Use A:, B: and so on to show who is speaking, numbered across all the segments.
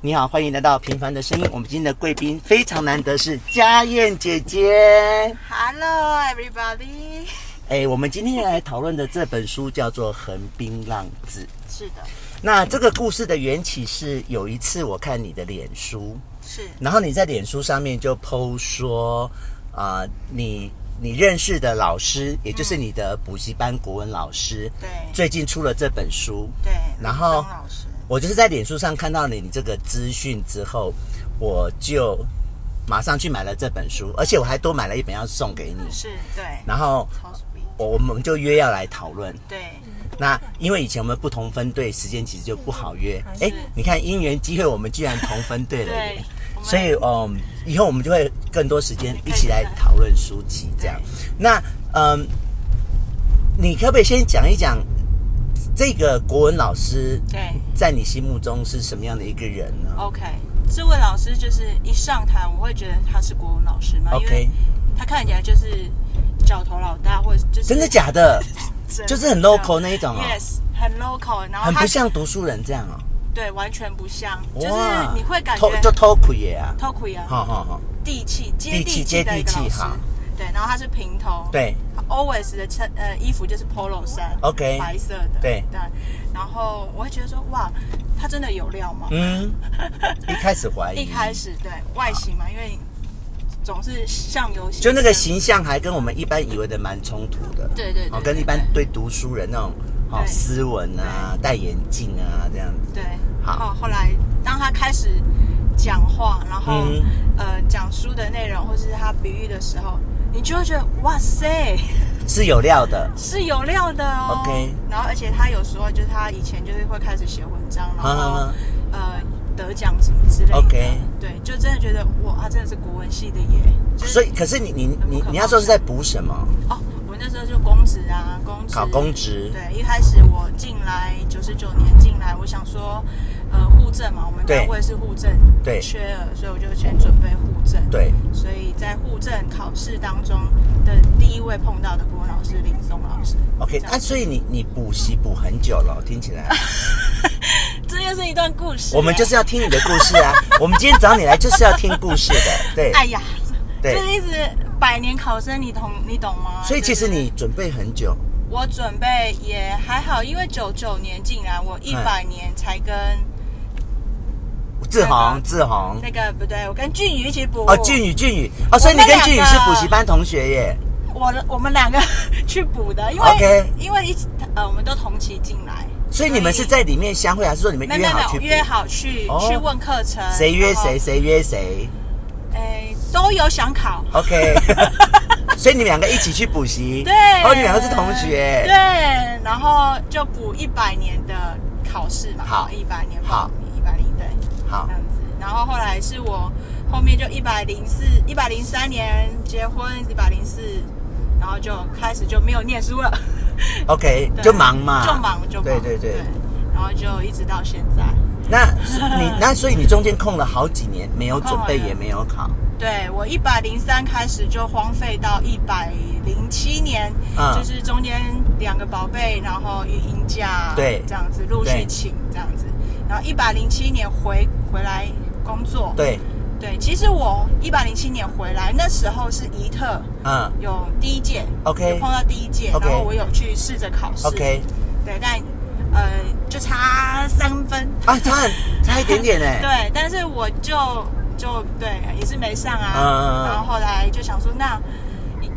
A: 你好，欢迎来到《平凡的声音》。我们今天的贵宾非常难得，是佳燕姐姐。
B: Hello, everybody。
A: 哎，我们今天来讨论的这本书叫做《横滨浪子》。
B: 是的，
A: 那这个故事的缘起是有一次我看你的脸书，
B: 是
A: 然后你在脸书上面就 PO 说，啊、你你认识的老师，也就是你的补习班国文老师，
B: 对
A: 最近出了这本书，
B: 对。
A: 然后
B: 李宗老师，
A: 我就是在脸书上看到你这个资讯之后，我就马上去买了这本书，而且我还多买了一本要送给你。
B: 是对，
A: 然后
B: 超 sweet。
A: 我我们就约要来讨论。
B: 对，
A: 那因为以前我们不同分队，时间其实就不好约。哎，你看因缘机会，我们居然同分队了耶
B: 嗯对！我们
A: 所以，嗯，以后我们就会更多时间一起来讨论书籍这样。那，嗯，你可不可以先讲一讲这个国文老师
B: 对
A: 在你心目中是什么样的一个人呢？
B: ，OK。这位老师就是一上台，我会觉得他是国文老师嘛
A: OK
B: 因为他看起来就是角头老大，或者就是
A: 真的假的？
B: 真的
A: 就是很 local 那一种哦
B: Yes，很 local，然后
A: 很
B: 哦他
A: 不像读书人这样哦。
B: 对，完全不像，就是你会感
A: 偷
B: 觉
A: 就偷窥耶啊！
B: 偷窥啊，
A: 好好好，
B: 地气接
A: 地气
B: 地气的一个
A: 接地
B: 老
A: 气
B: 师
A: 哈。
B: 对，然后他是平头，
A: 对，哦
B: always 的衬呃衣服就是 polo 衫
A: OK
B: 白色的，
A: 对
B: 对。然后我会觉得说，哇，他真的有料吗？
A: 嗯，一开始怀疑，
B: 一开始对外形嘛，因为总是相由心生，
A: 就那个形象还跟我们一般以为的蛮冲突的，
B: 对对对
A: 哦，
B: 对
A: 跟一般对读书人那种哦
B: 对
A: 斯文啊、戴眼镜啊这样子，
B: 对。
A: 好
B: 然后后来当他开始讲话，然后、
A: 嗯
B: 呃讲书的内容或是他比喻的时候，你就会觉得哇塞，
A: 是有料的，
B: 是有料的哦。
A: OK
B: 然后而且他有时候就是他以前就是会开始写文章，然后、
A: 啊
B: 呃得奖什么之类的。
A: OK
B: 对，就真的觉得哇，他真的是国文系的耶。就是、
A: 所以可是你你
B: 很不
A: 你
B: 可
A: 你要说是在补什么？
B: 哦，我那时候就公职啊，公职
A: 考公职，
B: 对，一开始我进来九十九年进来，我想说，呃，户政嘛，我们
A: 对
B: 单位是户政
A: 对
B: 缺额，所以我就先准备户政。
A: 对，
B: 所以在户政考试当中的第一位碰到的国文老师林松老师。
A: ，OK，
B: 这样啊
A: 那、所以你你补习补很久了，听起 来，
B: 这又是一段故事欸。
A: 我们就是要听你的故事 啊，我们今天找你来就是要听故事的，对，
B: 哎呀，
A: 对
B: 就是一直百年考生，你懂你懂吗？
A: 所以其实
B: 就是
A: 你准备很久，
B: 我准备也还好，因为九九年进来，我
A: 哎
B: 一百年才跟
A: 志
B: 吧
A: 宏志宏。
B: 那个不啊对，我跟俊宇一起补
A: 哦，俊宇，俊宇，哦，所以你跟俊宇是补习班同学耶。
B: 我我们两个 去补的，因为
A: OK
B: 因为一起呃我们都同期进来，
A: 所以你们是在里面相会，啊还是说你们
B: 没有
A: 约
B: 没有没
A: 好
B: 有
A: 去？
B: 约好去、
A: 哦
B: 去问课程，
A: 谁约
B: 然后
A: 谁，？谁约谁
B: 哎，都有想考。
A: ？OK。所以你们两个一起去补习。
B: 对，
A: 哦，你们两个是同学。
B: 对，然后就补一百年的考试嘛，
A: 好
B: 一百年，
A: 好，
B: 一百零对，
A: 好
B: 这，样子。然后后来是我后面就一百零四、一百零三年结婚，一百零四，然后就开始就没有念书了，
A: ，OK，
B: 对
A: 就忙嘛。
B: 就忙就忙，
A: 对对对。
B: 然后就一直到现在，
A: 那你 那所以你中间空了好几年，没有准备
B: 空了
A: 也没有考。
B: 对我一百零三开始就荒废到一百零七年，
A: 嗯
B: 就是中间两个宝贝，然后一迎嫁，
A: 对
B: 这样子陆
A: 对
B: 续请这样子，然后一百零七年回回来工作，
A: 嗯对，
B: 对，其实我一百零七年回来那时候是怡特
A: 嗯
B: 有第一届
A: OK
B: 有碰到第一届
A: OK
B: 然后我有去试着考试
A: ，OK。
B: 对，但呃就差三分，
A: 啊，差很差一点点哎。
B: 对，但是我就就对也是没上啊，
A: 嗯嗯嗯
B: 然后后来就想说，那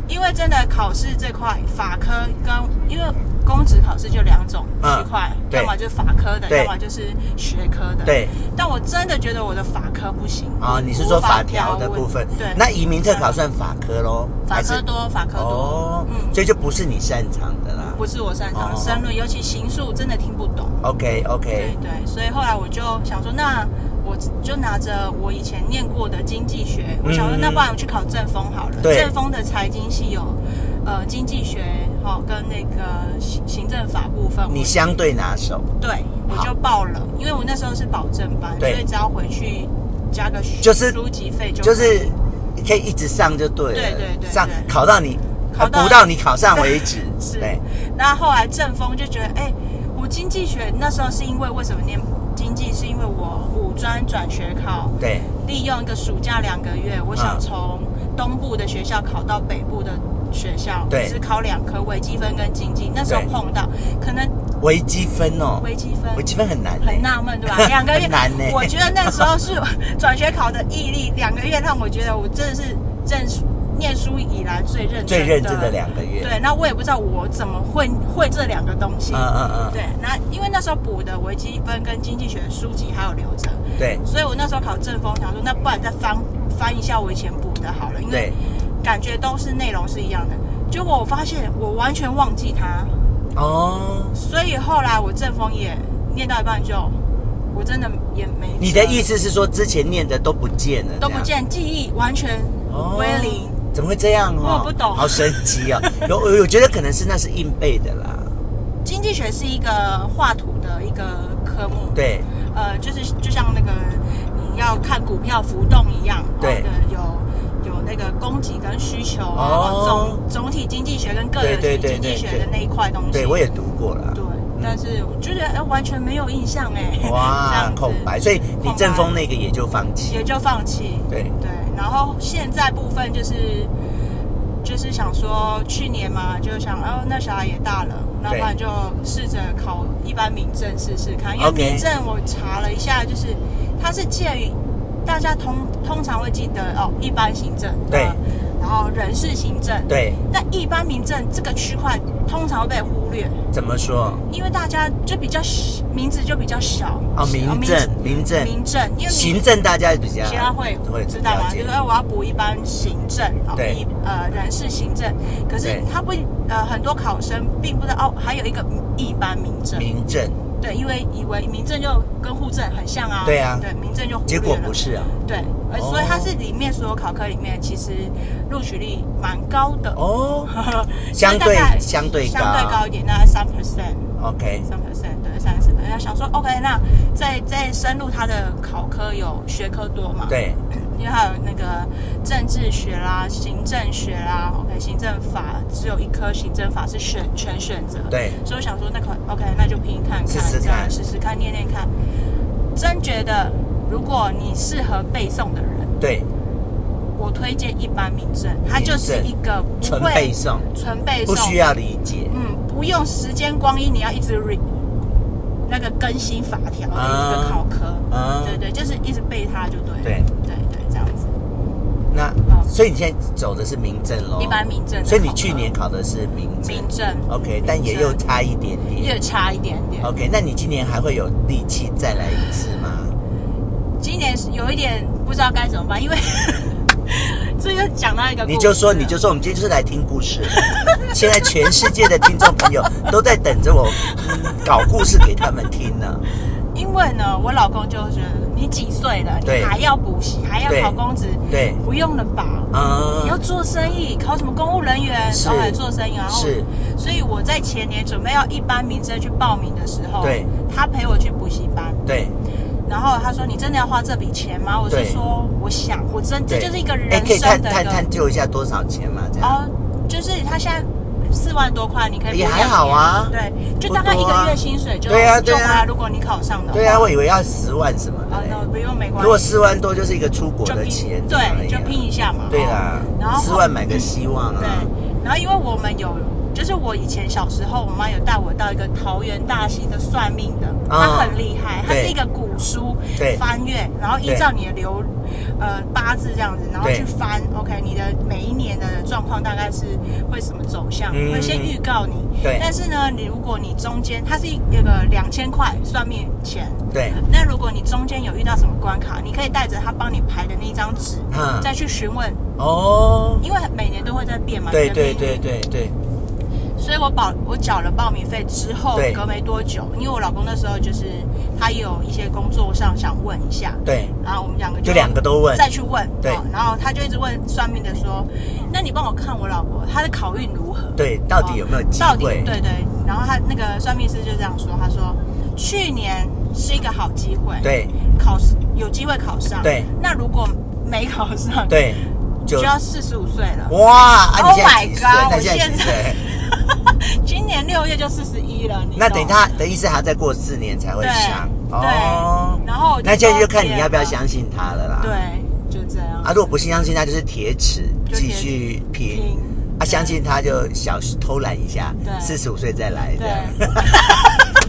B: 因为真的考试这块法科跟因为公职考试就两种区块，
A: 嗯对
B: 要么就是法科的，
A: 对
B: 要么就是学科的。
A: 对。
B: 但我真的觉得我的法科不行
A: 啊，你是说
B: 无
A: 法条的
B: 文
A: 部分？
B: 对，
A: 那移民特考算法科喽？
B: 法
A: 还是
B: 科多，法科多，
A: 哦，
B: 嗯，
A: 所以就不是你擅长的啦。
B: 不是我擅长
A: 哦
B: 的申论，尤其刑诉真的听不懂。
A: OK
B: 对
A: OK，
B: 对，所以后来我就想说，那我就拿着我以前念过的经济学，我想说，
A: 嗯
B: 那不然我去考正风好了。
A: 对
B: 正风的财经系有呃经济学，好、跟那个行行政法部分。
A: 你
B: 我
A: 相对拿手，
B: 对，我
A: 好
B: 就报了，因为我那时候是保证班，所
A: 对
B: 以只要回去加个
A: 就是
B: 书籍费就
A: 就
B: 可以
A: 是可以一直上就对了，
B: 对对对
A: 上
B: 对
A: 考到你
B: 考到
A: 补到你考上为止，
B: 是
A: 对，
B: 那后来正风就觉得，哎、我经济学那时候是因为为什么念经济？是因为我五专湾转学考，
A: 对，
B: 利用一个暑假两个月，我想
A: 嗯
B: 从东部的学校考到北部的学校，
A: 对
B: 只考两科微积分跟经济。那时候
A: 对
B: 碰到，可能
A: 微积分哦，
B: 微积分
A: 微积分很难欸，
B: 很纳闷， 对吧？两个月
A: 很难呢
B: 我觉得那时候是转学考的毅力，两个月让我觉得我真的是认识念书以来最认真
A: 最认真的两个月，
B: 对，那我也不知道我怎么会会这两个东西。
A: 嗯嗯
B: 对，那因为那时候补的微积分跟经济学的书籍还有留着，
A: 嗯，对
B: 所以我那时候考正风，想说那不然再翻翻一下我以前补的好了，因为
A: 对，
B: 感觉都是内容是一样的。结果我发现我完全忘记它，
A: 哦，
B: 所以后来我正风也念到一半就，我真的也没辙
A: 你的意思是说之前念的都不见了，
B: 都不
A: 这样，
B: 见，记忆完全
A: 哦
B: 归零。
A: 怎么会这样哦？
B: 我不懂
A: 好神奇哦，有我我觉得可能是那是硬背的啦，
B: 经济学是一个画图的一个科目，
A: 对，
B: 呃，就是就像那个你要看股票浮动一样，
A: 对
B: 哦有有那个供给跟需求啊，
A: 哦
B: 总总体经济学跟个人
A: 对对对
B: 经济学
A: 对
B: 的
A: 对
B: 那一块东西。
A: 对我也读过 啦。
B: 对，但是我就觉得哎、完全没有印象哎， 这
A: 哇
B: 样，子
A: 空白，所以你
B: 空白
A: 正风那个也就放弃，
B: 也就放弃。
A: 对，
B: 对，然后现在部分就是就是想说去年嘛，就想哦，那小孩也大了，那不
A: 对
B: 然就试着考一般民政试试看，因为
A: OK
B: 民政我查了一下，就是它是介于大家通通常会记得哦，一般行政
A: 对
B: 呃然后人事行政，
A: 对，
B: 但一般民政这个区块通常会被忽略，
A: 怎么说？
B: 因为大家就比较小名字就比较小
A: 哦，民政，民政，
B: 民政，因为民
A: 行政大家比较
B: 其他会
A: 会
B: 知道
A: 了
B: 吗？
A: 解
B: 就是哎，我要补一般行政哦，
A: 对
B: 一呃人事行政，可是
A: 对
B: 他不呃很多考生并不知道哦，还有一个一般民政，
A: 民政，
B: 对，因为以为民政就跟户政很像啊，
A: 对啊
B: 对，民政就忽略
A: 结果
B: 了
A: 不是啊，
B: 对，而
A: 哦
B: 所以它是里面所有考科里面其实录取率蛮高的，
A: 哦
B: 就是大概
A: 相对相对高
B: 相对高一点，大概三 percent。
A: ，OK，
B: 三 percent 对三十，要想说 OK，那再再深入它的考科有学科多嘛？
A: 对，
B: 因为还有那个政治学啦、行政学啦，OK，行政法只有一科行政法是选全选择，，
A: 对，
B: 所以我想说那可 OK，那就拼看看，
A: 试试看
B: 这样试试看，念念看，真觉得如果你适合背诵的人，
A: 对，
B: 我推荐一般民政，它就是一个不
A: 纯
B: 会
A: 背诵，
B: 纯背诵，
A: 不需，要理解，
B: 嗯，不用时间光阴，你要一直 re 那个更新法条的一个
A: 啊
B: 考科，
A: 啊，
B: 对对，就是一直背它就对了，
A: 对
B: 对对，这样子。
A: 那
B: 嗯
A: 所以你现在走的是民政喽，
B: 一般民政的考科
A: 所以你去年考的是民政
B: 民政
A: ，OK，但也又差一点
B: 又
A: 点
B: 差一点点。
A: ，OK，那你今年还会有力气再来一次吗？
B: 今年是有一点不知道该怎么办，因为 这又讲到一个故事了，
A: 你就说，你就说，我们今天就是来听故事。 现在全世界的听众朋友都在等着我嗯搞故事给他们听呢。
B: 因为呢，我老公就觉得你几岁了，你
A: 对
B: 还要补习，还要
A: 对
B: 考公职，
A: 对，
B: 不用了吧？你要啊
A: 嗯，
B: 做生意，考什么公务人员，
A: 是
B: 然后还做生意，然后
A: 是，
B: 所以我在前年准备要一般民生去报名的时候，
A: 对，
B: 他陪我去补习班，
A: 对，
B: 然后他说你真的要花这笔钱吗？我是
A: 对
B: 说我想，我真这
A: 对，
B: 就是一个
A: 哎
B: 人
A: 可以
B: 生
A: 探
B: 的一
A: 探
B: 个
A: 探究一下多少钱嘛？这样
B: 哦，就是他现在四万多块，你可以
A: 也
B: 不
A: 还好啊
B: 养年对，就大概一
A: 不多
B: 个
A: 啊
B: 月薪水就
A: 对啊
B: 就
A: 对啊
B: 花。如果你考上的话，
A: 对啊，我以为要十万什么的
B: 啊，
A: 嘞。
B: 那不用没关系，
A: 如果四万多就是一个出国
B: 就
A: 的
B: 拼
A: 钱，
B: 对，就拼一下嘛。
A: 啊对
B: 哦
A: 啦
B: 然，后
A: 四万买个希望
B: 对
A: 啊。，
B: 然后因为我们有，就是我以前小时候，我妈有带我到一个桃园大溪的算命的，她很厉害，她
A: 啊对
B: 是一个古书
A: 对
B: 翻阅，然后依
A: 对
B: 照你的流呃八字这样子，然后
A: 对
B: 去翻，OK，你的每一年的状况大概是会什么走向，
A: 嗯
B: 会先预告你。
A: 对
B: 但是呢，你如果你中间它是一个两千块算命钱，
A: 对，
B: 那如果你中间有遇到什么关卡，你可以带着他帮你排的那张纸，
A: 嗯
B: 再去询问，
A: 哦，
B: 因为每年都会在变嘛。
A: 对
B: 你的
A: 对
B: 命运
A: 对对对，
B: 所以我保我缴了报名费之后，
A: 对
B: 隔没多久，因为我老公那时候就是他有一些工作上想问一下，
A: 对，
B: 然后我们两个
A: 就两个都问。
B: 再去问，
A: 对
B: 哦然后他就一直问算命的说，那你帮我看我老婆她的考运如何？
A: 对，到底有没有机
B: 到底
A: 会？
B: 对对，然后他那个算命师就这样说，他说去年是一个好机会，，
A: 对
B: 考试有机会考上，
A: 对，
B: 那如果没考上，，
A: 对，就
B: 就要四十五岁了，
A: 哇！啊，你
B: Oh
A: 现在几
B: my
A: 岁？
B: God，
A: 他现在
B: 我现
A: 几岁？
B: 今年六月就四十一了，你
A: 那
B: 懂
A: 等
B: 吗
A: 他的意思，还要再过四年才会
B: 对
A: 上。哦，
B: 对然后我就
A: 那现在就
B: 都
A: 看
B: 贴
A: 你要不要
B: 了
A: 相信他了啦。
B: 对，就这样。
A: 啊，如果不相信他，就是铁齿
B: 就铁
A: 继
B: 齿
A: 续拼
B: 拼。
A: 啊，相信他就小偷懒一下，
B: 对
A: 四十五岁再来这
B: 对
A: 样。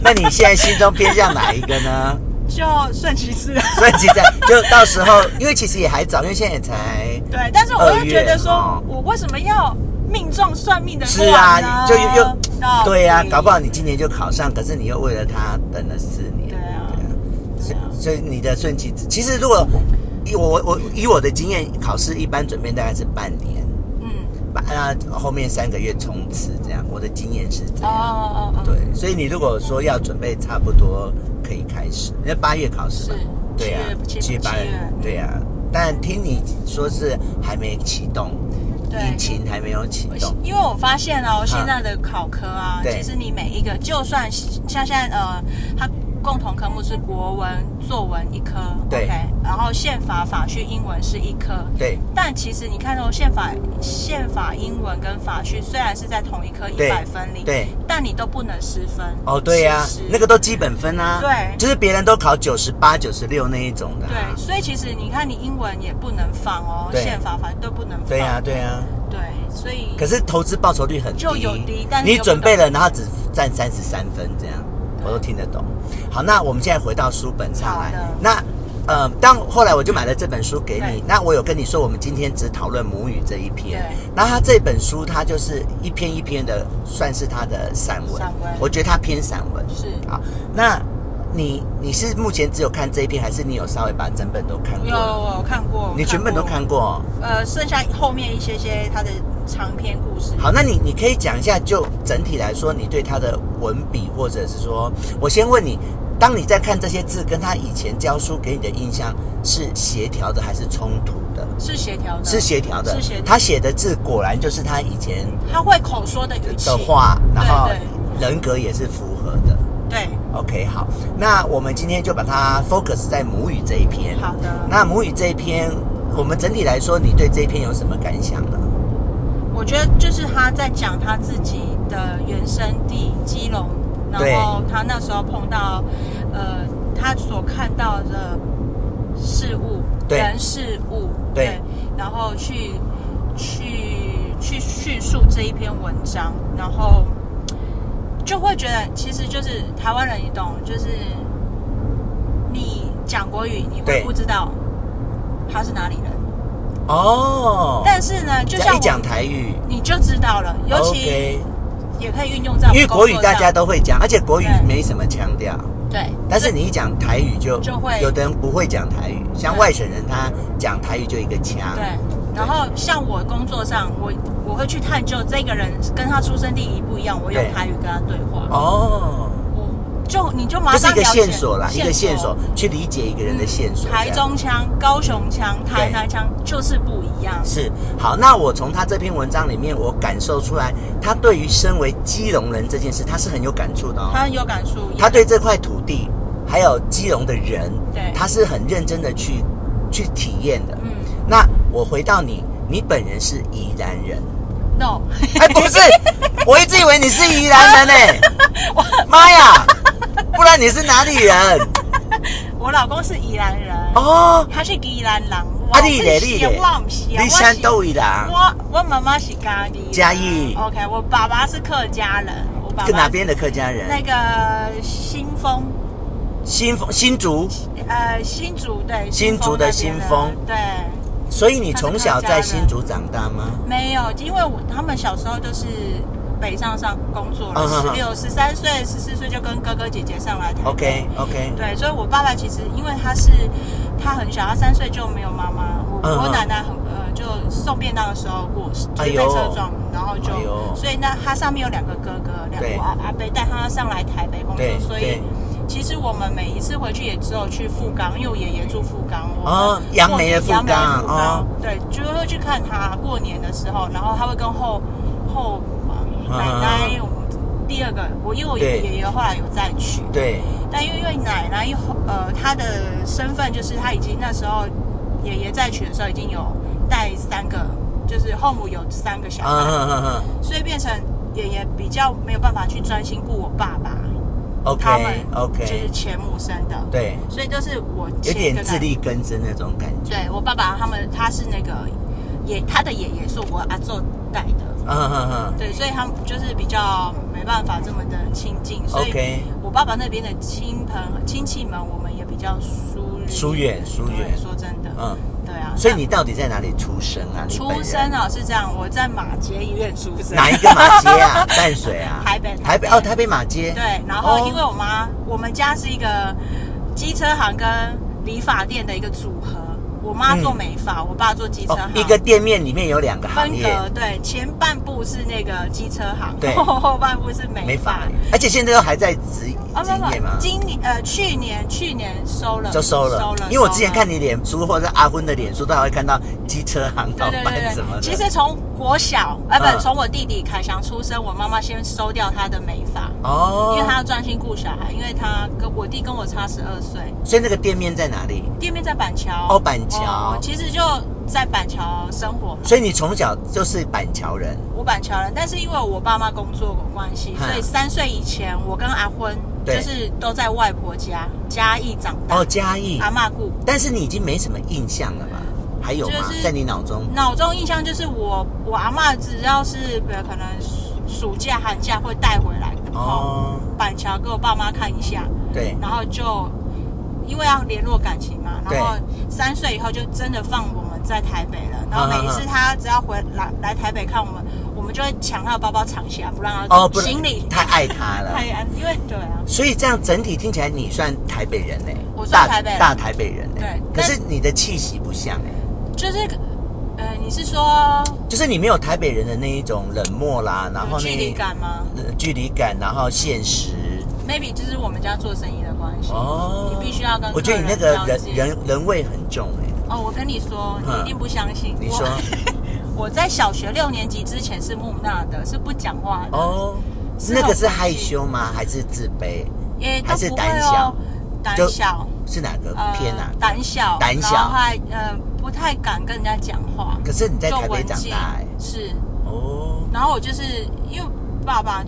A: 那你现在心中偏向哪一个 呢？
B: 就顺其 自然。
A: 所以其实就到时候，因为其实也还早，因为现在也才
B: 对，但是我
A: 二
B: 又
A: 月
B: 觉得说，
A: 哦
B: 我为什么要命中算命的
A: 是
B: 卦呢
A: 啊，就又又
B: 到底
A: 对啊，搞不好你今年就考上，可是你又为了他等了四年。
B: 对啊
A: 所以所以你的顺其自，其实如果以我我以我的经验，考试一般准备大概是半年，
B: 嗯，
A: 半那后面三个月冲刺这样，我的经验是这
B: 哦
A: 样。
B: 哦哦，哦，
A: 对，所以你如果说要准备，差不多可以开始。那八月考试嘛
B: 是，
A: 对呀、
B: 七月
A: 七
B: 七
A: 月八
B: 七月
A: 对呀、但听你说是还没启动，疫
B: 对。
A: 情还没有启动，
B: 因为我发现哦，现在的考科啊，
A: 对
B: 其实你每一个，就算像现在呃，它共同科目是国文、作文一科，
A: 对
B: o k 然后宪法、法序、英文是一科，
A: 对
B: 但其实你看哦，宪法、宪法、英文跟法序虽然是在同一科一
A: 对
B: 百分里，
A: 对，
B: 但你都不能失分。
A: 哦对呀、
B: 其实
A: 那个都基本分啊，
B: 对
A: 就是别人都考九十八、九十六那一种的、啊
B: 对，，所以其实你看，你英文也不能放哦，
A: 对
B: 宪法法律都不能放。
A: 对啊呀、对呀、
B: 对，所以
A: 可是投资报酬率很低，
B: 就有低但是
A: 你
B: 又不
A: 准备
B: 高
A: 了，然后只占三十三分这样，我都听得懂。好，那我们现在回到书本上来
B: 好的。
A: 那呃，当后来我就买了这本书给你
B: 对。
A: 那我有跟你说，我们今天只讨论母语这一篇
B: 对。
A: 那它这本书，它就是一篇一篇的，算是它的散文。
B: 散文
A: 我觉得它偏散文。
B: 是
A: 好，那你你是目前只有看这一篇，还是你有稍微把整本都看过
B: 有
A: 了？
B: 我有看过，
A: 你全本都看过哦？
B: 过。呃，剩下后面一些些他的长篇故事。
A: 好，那你你可以讲一下，就整体来说，你对他的文笔，或者是说，我先问你，当你在看这些字，跟他以前教书给你的印象是协调的还是冲突的？
B: 是协调的，
A: 是协调的，
B: 嗯是协调。
A: 他写的字果然就是他以前
B: 他会口说的语气
A: 的话，然后
B: 对
A: 人格也是符合的。
B: 对
A: OK，好，那我们今天就把它 focus 在母语这一篇
B: 对，。好的。
A: 那母语这一篇，我们整体来说，你对这一篇有什么感想呢？
B: 我觉得就是他在讲他自己的原生地基隆，然
A: 对
B: 后他那时候碰到，呃，他所看到的事物、
A: 对
B: 人事物，
A: 对
B: 然后去去去叙述这一篇文章，然后就会觉得，其实就是台湾人，你懂，就是你讲国语，你
A: 对
B: 会不知道他是哪里人，
A: 哦，
B: 但是呢，就
A: 只要
B: 像
A: 一
B: 我
A: 讲台语，
B: 你就知道了，尤其。
A: OK
B: 也可以运用在我
A: 因
B: 们
A: 为国语
B: 工作
A: 大
B: 上
A: 家都会讲，而且国语
B: 对
A: 没什么腔调，
B: 对，
A: 但是你一讲台语就
B: 就会
A: 有的人不会讲台语，像
B: 对
A: 外省人他讲台语就一个腔，
B: 对，然后像我工作上，我我会去探究这个人跟他出生地一不一样，我用
A: 对
B: 台语跟他对话，
A: 哦，
B: 我就你就马
A: 这是
B: 上
A: 一个
B: 了解嗯
A: 线索啦，一个线索去理解一个人的线索。
B: 台
A: 这样
B: 中腔、高雄腔、台南腔就是不一样，
A: 是好，那我从他这篇文章里面，我感受出来，他对于身为基隆人这件事，他是很有感触的哦。
B: 他很有感触，
A: 他对这块土地，还有基隆的人，
B: 对
A: 他是很认真的去去体验的。
B: 嗯
A: 那我回到你，你本人是宜兰人，
B: ，no，
A: 哎，不是，我一直以为你是宜兰人 呢、妈呀，不然你是哪里 人？
B: 我老公是宜兰人，
A: 哦，
B: 他是宜兰人，
A: 啊
B: 我
A: 你嘞
B: 是
A: 你嘞
B: 我不是啊，
A: 你
B: 我是
A: 山东宜兰，
B: 我我妈妈是嘉义人，
A: 嘉义
B: ，OK，我爸爸是客家人，我爸
A: 是
B: 爸
A: 哪边的客家
B: 那
A: 人？
B: 个新丰，
A: 新丰新竹，
B: 呃，新竹对，
A: 新竹的
B: 新
A: 新
B: 那边的对，
A: 所以你从小在
B: 他是客家
A: 新
B: 人
A: 竹长大吗？
B: 没有，因为我他们小时候就是北上上工作了，
A: 嗯哼
B: 十
A: 哼
B: 六、十三岁、十四岁就跟哥哥姐姐上来台北
A: OK OK，
B: 对，所以我爸爸其实因为他是他很小，他三岁就没有妈妈，我、
A: 嗯
B: 我
A: 嗯
B: 奶奶很呃就送便当的时候过世，就
A: 哎
B: 是
A: 呦
B: 被车撞，然后就、
A: 哎呦
B: 所以那他上面有两个哥哥，两
A: 对
B: 个阿阿伯带他上来台北工
A: 对
B: 作，所
A: 对
B: 以。其实我们每一次回去也只有去富冈，因为我爷爷住富冈，我
A: 哦
B: 们
A: 杨梅的
B: 过年
A: 富冈
B: 杨梅的富冈，啊
A: 哦
B: 对，就会去看他过年的时候，然后他会跟后后
A: 嗯嗯
B: 奶奶
A: 嗯，
B: 我们第二个，我因为我
A: 对
B: 爷爷后来有再去，
A: 对
B: 但因为因为奶奶呃她的身份就是她已经那时候爷爷在娶的时候已经有带三个，就是后母有三个小
A: 嗯
B: 孩，
A: 嗯嗯嗯，
B: 所以变成爷爷比较没有办法去专心顾我爸爸，
A: OK，
B: 他们
A: OK
B: 就是前母生的，，
A: 对，
B: 所以都是我
A: 有
B: 前
A: 点
B: 跟他
A: 自力更生那种感觉。
B: 对我爸爸他们，他是那个爷，他的爷爷是我阿祖带的，
A: 嗯哼哼
B: 对，所以他们就是比较没办法这么的亲近，所以
A: ，OK，
B: 我爸爸那边的亲朋亲戚们，我们也比较疏
A: 疏远疏
B: 对
A: 远
B: 说真的，
A: 嗯，
B: 对啊。
A: 所以你到底在哪里出生啊？
B: 那
A: 你
B: 出
A: 本人
B: 生哦是这样，我在马街医院出生，
A: 哪一个马街 啊？淡水啊？
B: 台北
A: 台北哦，台北马街。
B: 对，然后
A: 哦
B: 因为我妈，我们家是一个机车行跟理发店的一个组合，我妈做
A: 嗯
B: 美发，我爸做机车
A: 哦
B: 行，，
A: 一个店面里面有两个行
B: 分
A: 业，
B: 隔对，前半部是那个机车行，
A: 对
B: 后后半部是美
A: 没
B: 发
A: 法。，而且现在都还在职
B: 啊，
A: 职
B: 不
A: 业
B: 不，
A: 嘛，
B: 今年呃，去年去年收了，
A: 就收了。
B: 收了。
A: 因为我之前看
B: 你
A: 你脸书或者是阿昏的脸书，都还会看到机车行
B: 对
A: 老
B: 对
A: 板
B: 对
A: 什么
B: 对，
A: 的。
B: 其实从国小啊，
A: 嗯
B: 不，从我弟弟凯翔出生，我妈妈先收掉他的美发，
A: 哦，
B: 因为他要专心顾小孩，因为他跟我弟跟我差十二岁，
A: 所以那个店面在哪里？
B: 店面在板桥。
A: 哦板桥
B: 哦其实就在板桥生活嘛。
A: 所以你从小就是板桥人，
B: 我板桥人，但是因为我爸妈工作有关系，
A: 嗯
B: 所以三岁以前我跟阿昏
A: 对
B: 就是都在外婆家嘉义长大，
A: 哦，嘉义。
B: 阿嬷顾。
A: 但是你已经没什么印象了吧？还有吗？
B: 就是
A: 在你脑中？
B: 脑中印象就是我我阿嬷只要是比如可能暑暑假寒假会带回来，哦，
A: 哦，
B: 板桥给我爸妈看一下，
A: 对，
B: 然后就因为要联络感情嘛，然后三岁以后就真的放我们在台北了，
A: 嗯
B: 然后每一次他只要回来来台北看我们，我们就会抢他的包包藏起来，不让他走
A: 哦，不然
B: 行李
A: 太爱他了。
B: 太安，因为对啊，
A: 所以这样整体听起来，你算台北人呢、
B: 我算
A: 大
B: 台北人
A: 大台北人呢、
B: 对
A: 可
B: 但
A: 是你的气息不像哎、
B: 就是呃，你是说
A: 就是你没有台北人的那一种冷漠啦，然后
B: 有
A: 那
B: 距离、感吗
A: 呃距离感，然后现实。
B: ？maybe 就是我们家做生意的关系，
A: 哦
B: 你必须要跟
A: 我觉得你那
B: 客
A: 个
B: 人了
A: 人
B: 解
A: 人人味很重哎、
B: 哦，我跟你说，你一定不相信。
A: 嗯你说
B: 我，我在小学六年级之前是木讷的，是不讲话的，
A: 哦，
B: 是
A: 那个是
B: 很
A: 害羞吗？还是自卑？
B: 也都
A: 还是
B: 不会
A: 胆
B: 哦
A: 小，
B: 胆
A: 就是
B: 小，
A: 是哪个
B: 呃，
A: 偏啊哪个？
B: 胆小，
A: 胆小
B: 然后还呃不太敢跟人家讲话，
A: 可是你在
B: 就
A: 台北
B: 文
A: 长
B: 静
A: 大哎、
B: 是。
A: 哦，
B: 然后我就是因为爸爸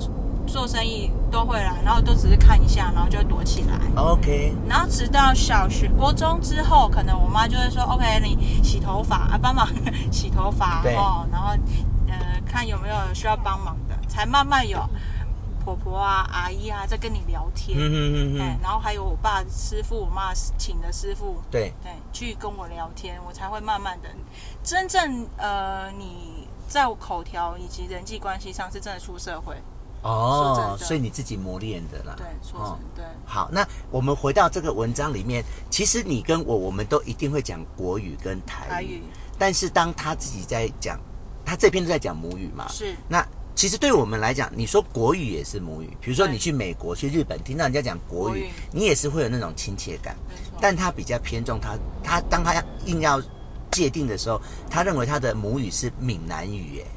B: 做生意都会来，然后都只是看一下，然后就躲起来。
A: OK，
B: 然后直到小学、国中之后，可能我妈就会说：“OK，你洗头发啊，帮忙洗头发
A: 对
B: 哦，然后呃，看有没有需要帮忙的。”才慢慢有婆婆啊、阿姨啊在跟你聊天，
A: 嗯哼哼
B: 哎
A: 哼，，
B: 然后还有我爸师傅、我妈请的师傅，
A: 对，
B: 对，去跟我聊天，我才会慢慢的真正呃，你在我口条以及人际关系上是真的出社会，说
A: 哦
B: 真，的
A: 所以你自己磨练的啦。
B: 对，说
A: 哦
B: 真的，对。
A: 好，那我们回到这个文章里面，其实你跟我，我们都一定会讲国语跟台语，
B: 台语
A: 但是当他自己在讲，他这篇都在讲母语嘛，
B: 是
A: 那。其实对我们来讲，你说国语也是母语。比如说
B: 对
A: 你去美国、去日本，听到人家讲国
B: 国
A: 语，
B: 语
A: 你也是会有那种亲切感。
B: 没错，
A: 但他比较偏重他，他当他硬要界定的时候，他认为他的母语是闽南语，哎，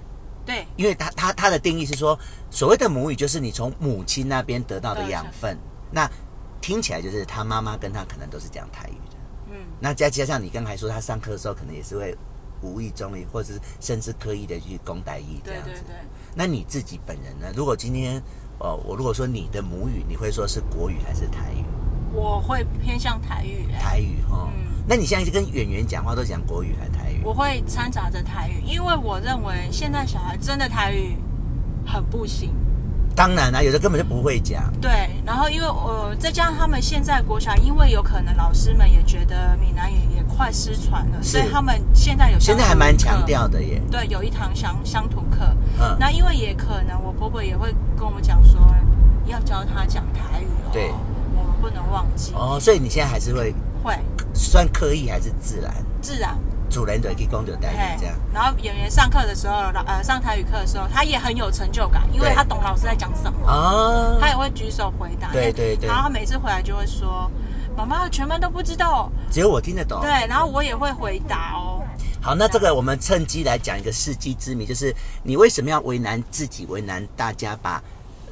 B: 对
A: 因为他他他的定义是说，所谓的母语就是你从母亲那边得到的养分。那听起来就是他妈妈跟他可能都是讲台语的。
B: 嗯，
A: 那再加上你刚才说他上课的时候，可能也是会无意中或者是甚至刻意的去攻台语这
B: 对
A: 样子
B: 对。对。
A: 那你自己本人呢？如果今天呃，我如果说你的母语，你会说是国语还是台语？
B: 我会偏向台语、欸，
A: 台语哈。
B: 嗯
A: 那你现在是跟演员讲话都讲国语还是台语？
B: 我会掺杂着台语，因为我认为现在小孩真的台语很不行。
A: 当然啊啦、有的根本就不会讲。
B: 对，然后因为我、呃再加上他们现在国小，因为有可能老师们也觉得闽南语也快失传了，
A: 是
B: 所以他们现在有
A: 现在还
B: 乡土
A: 蛮
B: 课
A: 强调的耶。
B: 对，有一堂乡乡土课。
A: 嗯
B: 那因为也可能我婆婆也会跟我们讲说，要教她讲台语哦，
A: 对
B: 我们不能忘记，
A: 哦，所以你现在还是会
B: 会
A: 算刻意还是自然？
B: 自然。
A: 主人的去公就带
B: 嘿
A: 你这样。
B: 然后演员上课的时候，老呃，上台语课的时候，他也很有成就感，因为
A: 对
B: 他懂老师在讲什么，
A: 哦
B: 他，也会举手回答。
A: 对对对
B: 然后他每次回来就会说：“妈妈，全班都不知道。哦
A: 只有我听得”懂。
B: 对，然后我也会回答哦。
A: 好，那这个我们趁机来讲一个世纪之谜，就是你为什么要为难自己，为难大家，把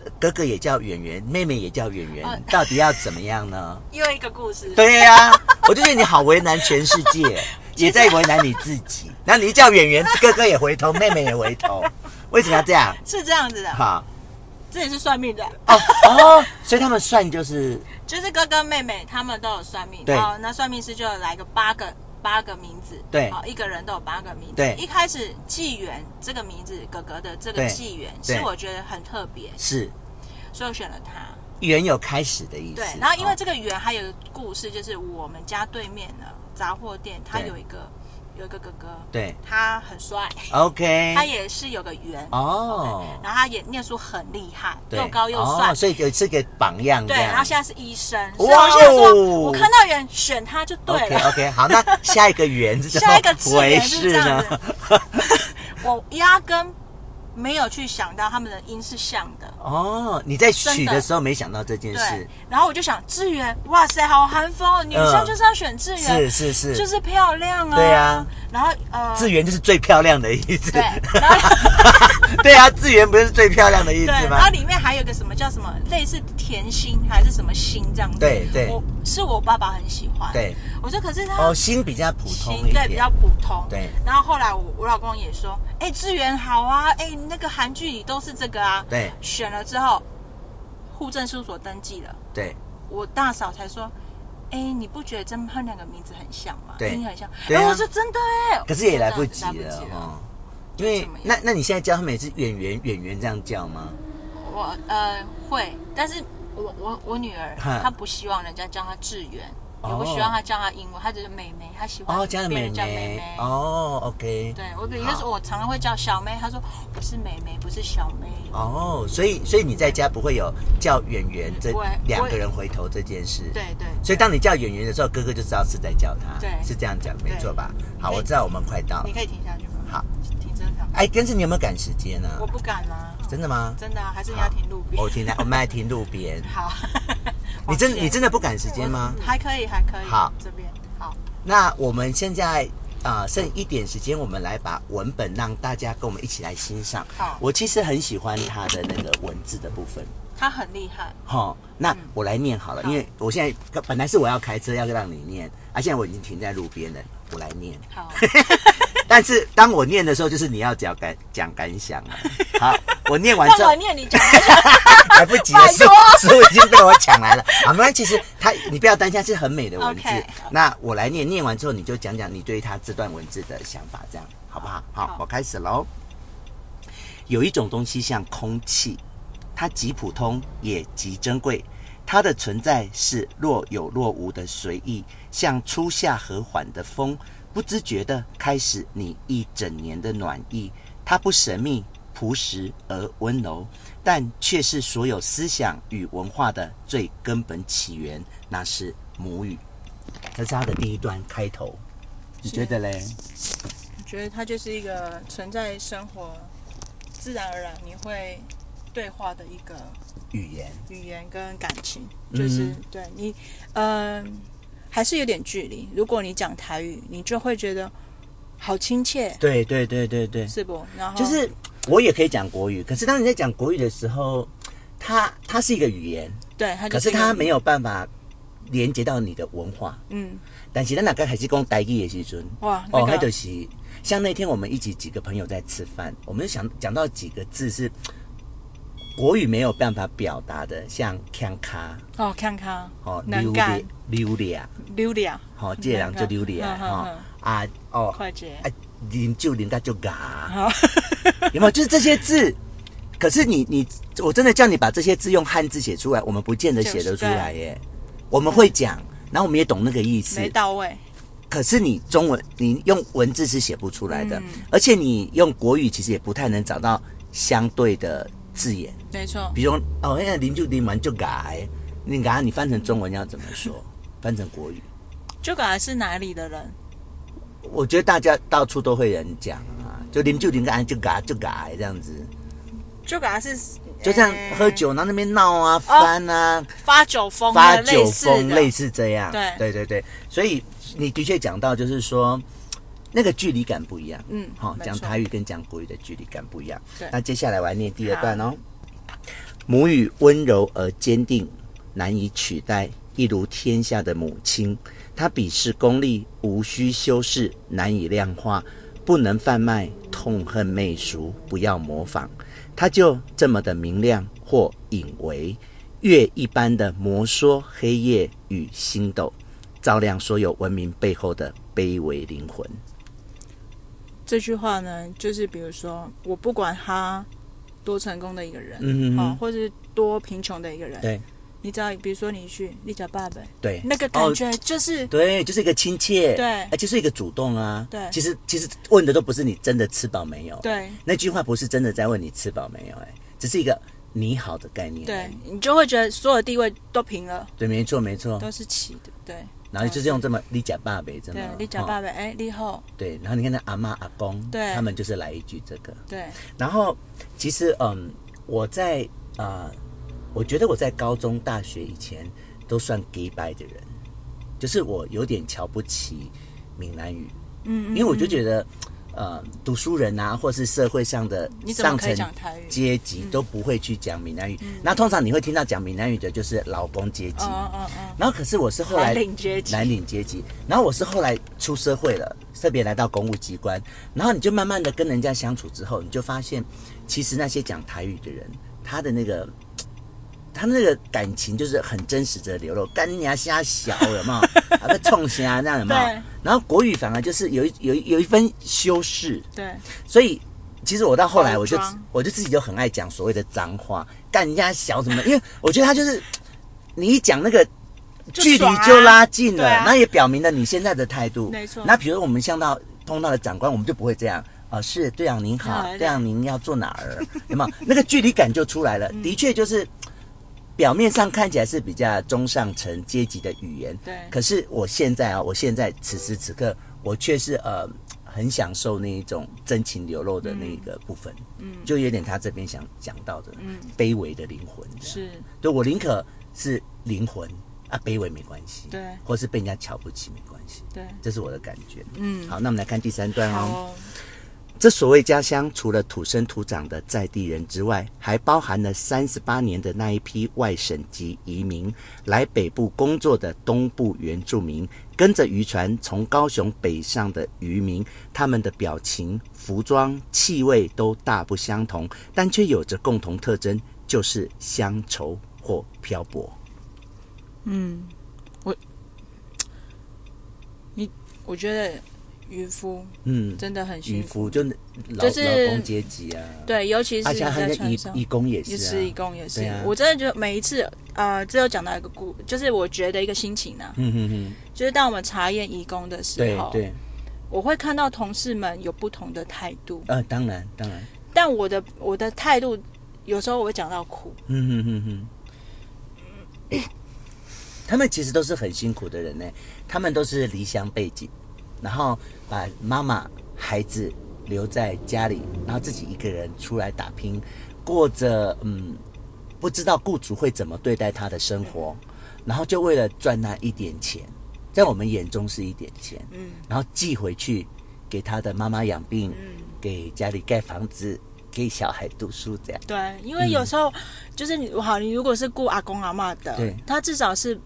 A: 呃哥哥也叫圆圆，妹妹也叫圆圆，
B: 哦
A: 到底要怎么样呢？
B: 又一个故事。
A: 对呀、我就觉得你好为难全世界，也在为难你自己。那你一 叫圆圆，哥哥也回头，妹妹也回头，为什么要这样？
B: 是这样子的，
A: 好，
B: 自己是算命的，
A: 哦哦，所以他们算就是
B: 就是哥哥妹妹他们都有算命，
A: 对
B: 然后那算命师就来个八个八个名字，哦
A: 对
B: 好，一个人都有八个名字，
A: 对
B: 一开始纪元这个名字，哥哥的这个
A: 对
B: 纪元
A: 对
B: 是我觉得很特别，
A: 是
B: 所以我选了他。
A: 缘有开始的意思。
B: 对，然后因为
A: 哦
B: 这个园还有一个故事，就是我们家对面的杂货店，他
A: 对
B: 有一个有一个哥哥，
A: 对
B: 他很帅，
A: ，OK，
B: 他也是有个园，
A: 哎哦，
B: 然后他也念书很厉害，
A: 对
B: 又高又帅
A: 哦，。所以有这个榜样这
B: 对，
A: 样。
B: 然后现在是医生，
A: 哇
B: 所以我就想说，
A: 哦
B: 我看到人选他就对
A: OK 啊
B: 了。
A: OK，好，那下一个圆是怎
B: 下一个
A: 么
B: 字
A: 回
B: 眼是这
A: 事
B: 样
A: 呢
B: 子？我压根没有去想到他们的音是像的，
A: 哦，你在取
B: 真的
A: 的时候没想到这件
B: 对
A: 事，。
B: 然后我就想志远，哇塞，好韩风哦，女生就是要选志远，
A: 嗯是是是，
B: 就是漂亮啊，
A: 对啊，
B: 然后呃，
A: 志源就是最漂亮的意思。
B: 对，然后
A: 对啊，志源不是最漂亮的意
B: 对，
A: 思
B: 然后
A: 吗？
B: 里面还有个什么叫什么类似甜心还是什么心这样子，
A: 对对
B: 我是我爸爸很喜欢，
A: 对，
B: 我说可是他
A: 哦，心比较普通
B: 心
A: 一
B: 对比较
A: 点。
B: 普通，
A: 对，
B: 然后后来我我老公也说，哎，志源好啊，哎，那个韩剧里都是这个啊，
A: 对
B: 选了之后，户政事务所登记了，
A: 对
B: 我大嫂才说。哎，你不觉得这他们两个名字很像吗？
A: 对
B: 听起来很像。
A: 对啊
B: 哎，我说真的哎。
A: 可是也来
B: 我
A: 不
B: 说
A: 及
B: 真的
A: 了哦。
B: 就
A: 因为
B: 这么样
A: 那那你现在叫他们也是演员演员这样叫吗？
B: 我呃会，但是我我我女儿
A: 哈
B: 她不希望人家叫她志远，
A: 哦
B: 也不希望她叫她英文，她只是妹妹，她喜欢
A: 哦，叫的
B: 别
A: 妹
B: 人叫妹
A: 妹哦，OK，
B: 对我比如说我常常会叫小妹，她说我是妹妹，不是小妹。
A: 哦，所以所以你在家不会有叫演员这
B: 不会
A: 两个人回头这件事。
B: 对对，
A: 所以当你叫演员的时候，哥哥就知道是在叫他，
B: 对
A: 是这样讲没
B: 对
A: 错吧？好，
B: 可以
A: 我知道我们快到了
B: 你。可以停下去吗？
A: 好，
B: 停车场。
A: 哎，但是你有没有赶时间呢、
B: 我不敢啦，
A: 真的吗？
B: 真的啊，还是
A: 的
B: 你要停路边。
A: 我停在，我们来停路 边。
B: 好
A: 。你 真
B: 往前
A: 你真的不赶时间吗？
B: 还可以，还可以。
A: 好
B: 这边好。
A: 那我们现在啊、呃剩一点时间，我们来把文本让大家跟我们一起来欣赏。
B: 好
A: 我其实很喜欢他的那个文字的部分。
B: 她很厉害，
A: 好、那我来念好了，
B: 嗯好
A: 因为我现在本来是我要开车要让你念，啊，现在我已经停在路边了，我来念。
B: 好。
A: 但是当我念的时候，就是你要讲感讲感想 了。好，我念完之
B: 那
A: 后
B: 我念你讲，
A: 来不及了，
B: 拜
A: 书
B: 托
A: 书已经被我抢来了。好，没关系，其实它你不要担心，它是很美的文字。
B: OK
A: 那我来念，念完之后你就讲讲你对它这段文字的想法，这样好不好？好，
B: 好
A: 我开始喽。有一种东西像空气，它极普通也极珍贵，它的存在是若有若无的随意，像初夏和缓的风，不知觉的开始你一整年的暖意。它不神秘、朴实而温柔，但却是所有思想与文化的最根本起源，那是母语。这是它的第一段开头，你觉得嘞？
B: 我觉得它就是一个存在生活，自然而然你会对话的一个
A: 语言
B: 语言跟感情，就是、对你，嗯、还是有点距离。如果你讲台语，你就会觉得好亲切，
A: 对对对对对，
B: 是不？然后
A: 就是我也可以讲国语，可是当你在讲国语的时候，它它是一个语言，
B: 对，它
A: 可
B: 就是是
A: 它
B: 有，
A: 没有办法连接到你的文化。
B: 嗯，
A: 但是咱哪个还是讲台语的时阵，
B: 哇那
A: 哦，
B: 个
A: 那就是像那天我们一起几个朋友在吃饭，我们就想讲到几个字是国语没有办法表达的，像康卡
B: 哦，看看，
A: 哦，
B: 能
A: 榴
B: 干
A: 莲、榴莲，
B: 榴莲，
A: 好、哦，这个人就榴莲
B: 嗯嗯
A: 哈
B: 嗯
A: 啊哦，
B: 快捷
A: 啊，啉酒啉到就嘎，
B: 好，
A: 有没有？就是这些字。可是你你，我真的叫你把这些字用汉字写出来，我们不见得写得出来耶。我们会讲，然后我们也懂那个意思，
B: 没到位，
A: 可是你中文，你用文字是写不出来
B: 嗯
A: 的，而且你用国语其实也不太能找到相对的字眼，
B: 没错，
A: 比如说哦，那邻就邻完就改，你改你翻成中文要怎么说？翻成国语，
B: 就感觉是哪里的人，
A: 我觉得大家到处都会有人讲啊，就邻就邻改就改就改这样子，
B: 就感觉是
A: 就这样
B: 呃
A: 喝酒，然后那边闹啊翻啊，
B: 发酒疯的，
A: 发酒疯，哦类
B: 类似
A: 似这样。
B: 对
A: 对对对，所以你的确讲到，就是说那个距离感不一样。
B: 嗯
A: 好、
B: 没错
A: 讲台语跟讲国语的距离感不一样。
B: 对
A: 那接下来我来念第二段哦。母语温柔而坚定，难以取代，一如天下的母亲。她鄙视功利，无需修饰，难以量化，不能贩卖，痛恨媚俗，不要模仿。它就这么的明亮、或引为，越一般的摩挲、黑夜与星斗，照亮所有文明背后的卑微灵魂。
B: 这句话呢，就是比如说，我不管他多成功的一个人，
A: 嗯哼哼
B: 哦，或者是多贫穷的一个人，
A: 对
B: 你只要比如说你去你家爸爸，
A: 对，
B: 那个
A: 哦
B: 感觉就是、
A: 对，就是一个亲切，
B: 对
A: 哎，就是一个主动啊。
B: 对
A: 其实其实问的都不是你真的吃饱没有，，
B: 对
A: 那句话不是真的在问你吃饱没有、哎，只是一个你好的概念。
B: 对，，你就会觉得所有地位都平了，
A: 对，没错没错。
B: 都是齐的，对
A: 然后就是用这么你假爸呗，这么
B: 对，你家爸
A: 哦
B: 爸，哎、你好，
A: 对，然后你看那阿妈阿公，
B: 对
A: 他们就是来一句这个。
B: 对
A: 然后其实嗯，我在啊、呃我觉得我在高中、大学以前都算 gay 拜的人，就是我有点瞧不起闽南语，
B: 嗯，
A: 因为我就觉得。呃，读书人啊，或是社会上的
B: 你怎么
A: 上
B: 可以
A: 层
B: 讲台语
A: 阶级都不会去讲闽南语。那通常你会听到讲闽南语的，就是劳工阶级。
B: 嗯嗯嗯嗯，
A: 然后可是我是后来
B: 蓝领阶级
A: 蓝领阶级，然后我是后来出社会了，特别来到公务机关，然后你就慢慢的跟人家相处之后，你就发现，其实那些讲台语的人，他的那个。他那个感情就是很真实的流露，干你啊瞎小有 没有？啊，那冲虾那样有没有
B: 对？
A: 然后国语反而就是有一有一有一分修饰，
B: 对
A: 所以其实我到后来，我就
B: 包装
A: 我就自己就很爱讲所谓的脏话，干人家小什么，因为我觉得他就是你一讲那个。
B: 就
A: 距离
B: 爽啊
A: 就拉近了，
B: 对啊
A: 那也表明了你现在的态度。
B: 没错
A: 那比如我们向到通道的长官，我们就不会这样啊、是队长您好
B: 好，的
A: 队长您要坐哪儿？有没有那个距离感就出 来了？
B: 嗯
A: 的确就是表面上看起来是比较中上层阶级的语言，
B: 对
A: 可是我现在啊，我现在此时此刻，我却是呃很享受那一种真情流露的那个部分，嗯，就有点他这边想讲到的，嗯，卑微的灵魂，
B: 是，
A: 对我宁可是灵魂啊，卑微没关系，
B: 对
A: 或是被人家瞧不起没关系，
B: 对，
A: 这是我的感觉。
B: 嗯，
A: 好，那我们来看第三段
B: 好
A: 哦
B: 哦，
A: 这所谓家乡，除了土生土长的在地人之外，还包含了三十八年的那一批外省籍移民来北部工作的东部原住民，跟着渔船从高雄北上的渔民，他们的表情、服装、气味都大不相同，但却有着共同特征，就是乡愁或漂泊。
B: 嗯，我你我觉得渔夫
A: 嗯，
B: 真的很
A: 渔
B: 辛苦，
A: 夫就老、
B: 就是
A: 老工阶级啊，
B: 对，尤其
A: 而
B: 是
A: 且
B: 在
A: 他的
B: 船
A: 义
B: 上。
A: 义工也是
B: 也是义
A: 啊，
B: 工，也是。
A: 对啊
B: 我真的觉得每一次，呃，只有讲到一个故，就是我觉得一个心情呢、
A: 嗯哼哼，
B: 就是当我们查验义工的时
A: 对
B: 候，
A: 对，
B: 我会看到同事们有不同的态度，
A: 呃，当然当然。
B: 但我的我的态度有时候我会讲到哭，
A: 嗯哼哼哼，他们其实都是很辛苦的人呢，他们都是离乡背景，然后把妈妈、孩子留在家里，然后自己一个人出来打拼，过着嗯，不知道雇主会怎么对待他的生活，然后就为了赚那一点钱，在我们眼中是一点钱，
B: 嗯
A: 然后寄回去给他的妈妈养病，
B: 嗯，
A: 给家里盖房子，给小孩读书这样。
B: 对，因为有时候、就是你好，你如果是雇阿公阿嬷的
A: 嗯对，
B: 他至少是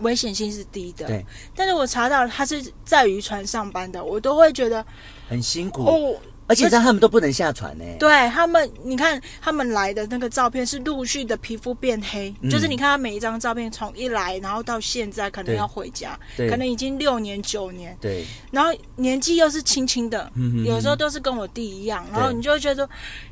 B: 危险性是低的，
A: 对。
B: 但是我查到他是在渔船上班的，我都会觉得
A: 很辛苦，
B: 哦，
A: 而且让他们都不能下船呢、
B: 对他们，你看他们来的那个照片是陆续的皮肤变黑，
A: 嗯
B: 就是你看他每一张照片从一来，然后到现在可能
A: 对
B: 要回家，
A: 对
B: 可能已经六年九年，
A: 对
B: 然后年纪又是轻轻的，
A: 嗯嗯嗯
B: 有时候都是跟我弟一样，然后
A: 对
B: 你就会觉得，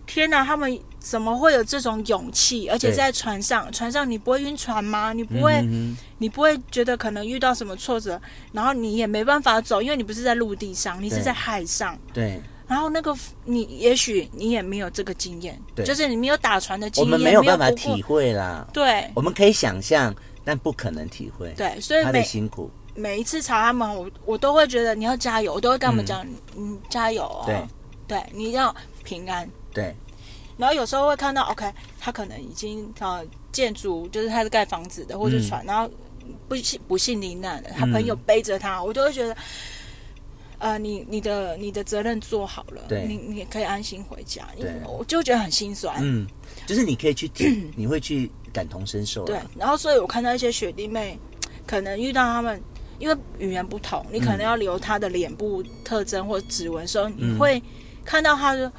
B: 天哪，他们怎么会有这种勇气？而且
A: 对
B: 在船上，船上你不会晕船吗？你不会，
A: 嗯哼
B: 你不会觉得可能遇到什么挫折，然后你也没办法走，因为你不是在陆地上，你是
A: 对
B: 在海上。
A: 哼对，
B: 然后那个你也许你也没有这个经验，
A: 对
B: 就是你没有打船的经
A: 我
B: 验，
A: 们没
B: 有
A: 有办法
B: 不过
A: 体会啦，
B: 对
A: 我们可以想象，但不可能体会
B: 对，所以
A: 他的
B: 每
A: 辛苦。
B: 每一次查他们，我我都会觉得你要加油，我都会跟他们讲，嗯，加油、哦，
A: 对，
B: 对，你要平安。
A: 对
B: 然后有时候会看到，OK，他可能已经呃建筑，就是他是盖房子的，或是
A: 嗯
B: 船，然后不幸不幸罹难了，他
A: 嗯
B: 朋友背着他，我都会觉得，呃，你你的你的责任做好了，
A: 对
B: 你你也可以安心回家，因为
A: 对
B: 我就觉得很心酸，
A: 嗯，就是你可以去 体，你会去感同身受
B: 对
A: 啦。，
B: 然后所以我看到一些学弟妹，可能遇到他们，因为语言不同，
A: 嗯嗯
B: 你可能要留他的脸部特征或指纹的时候，你会看到他就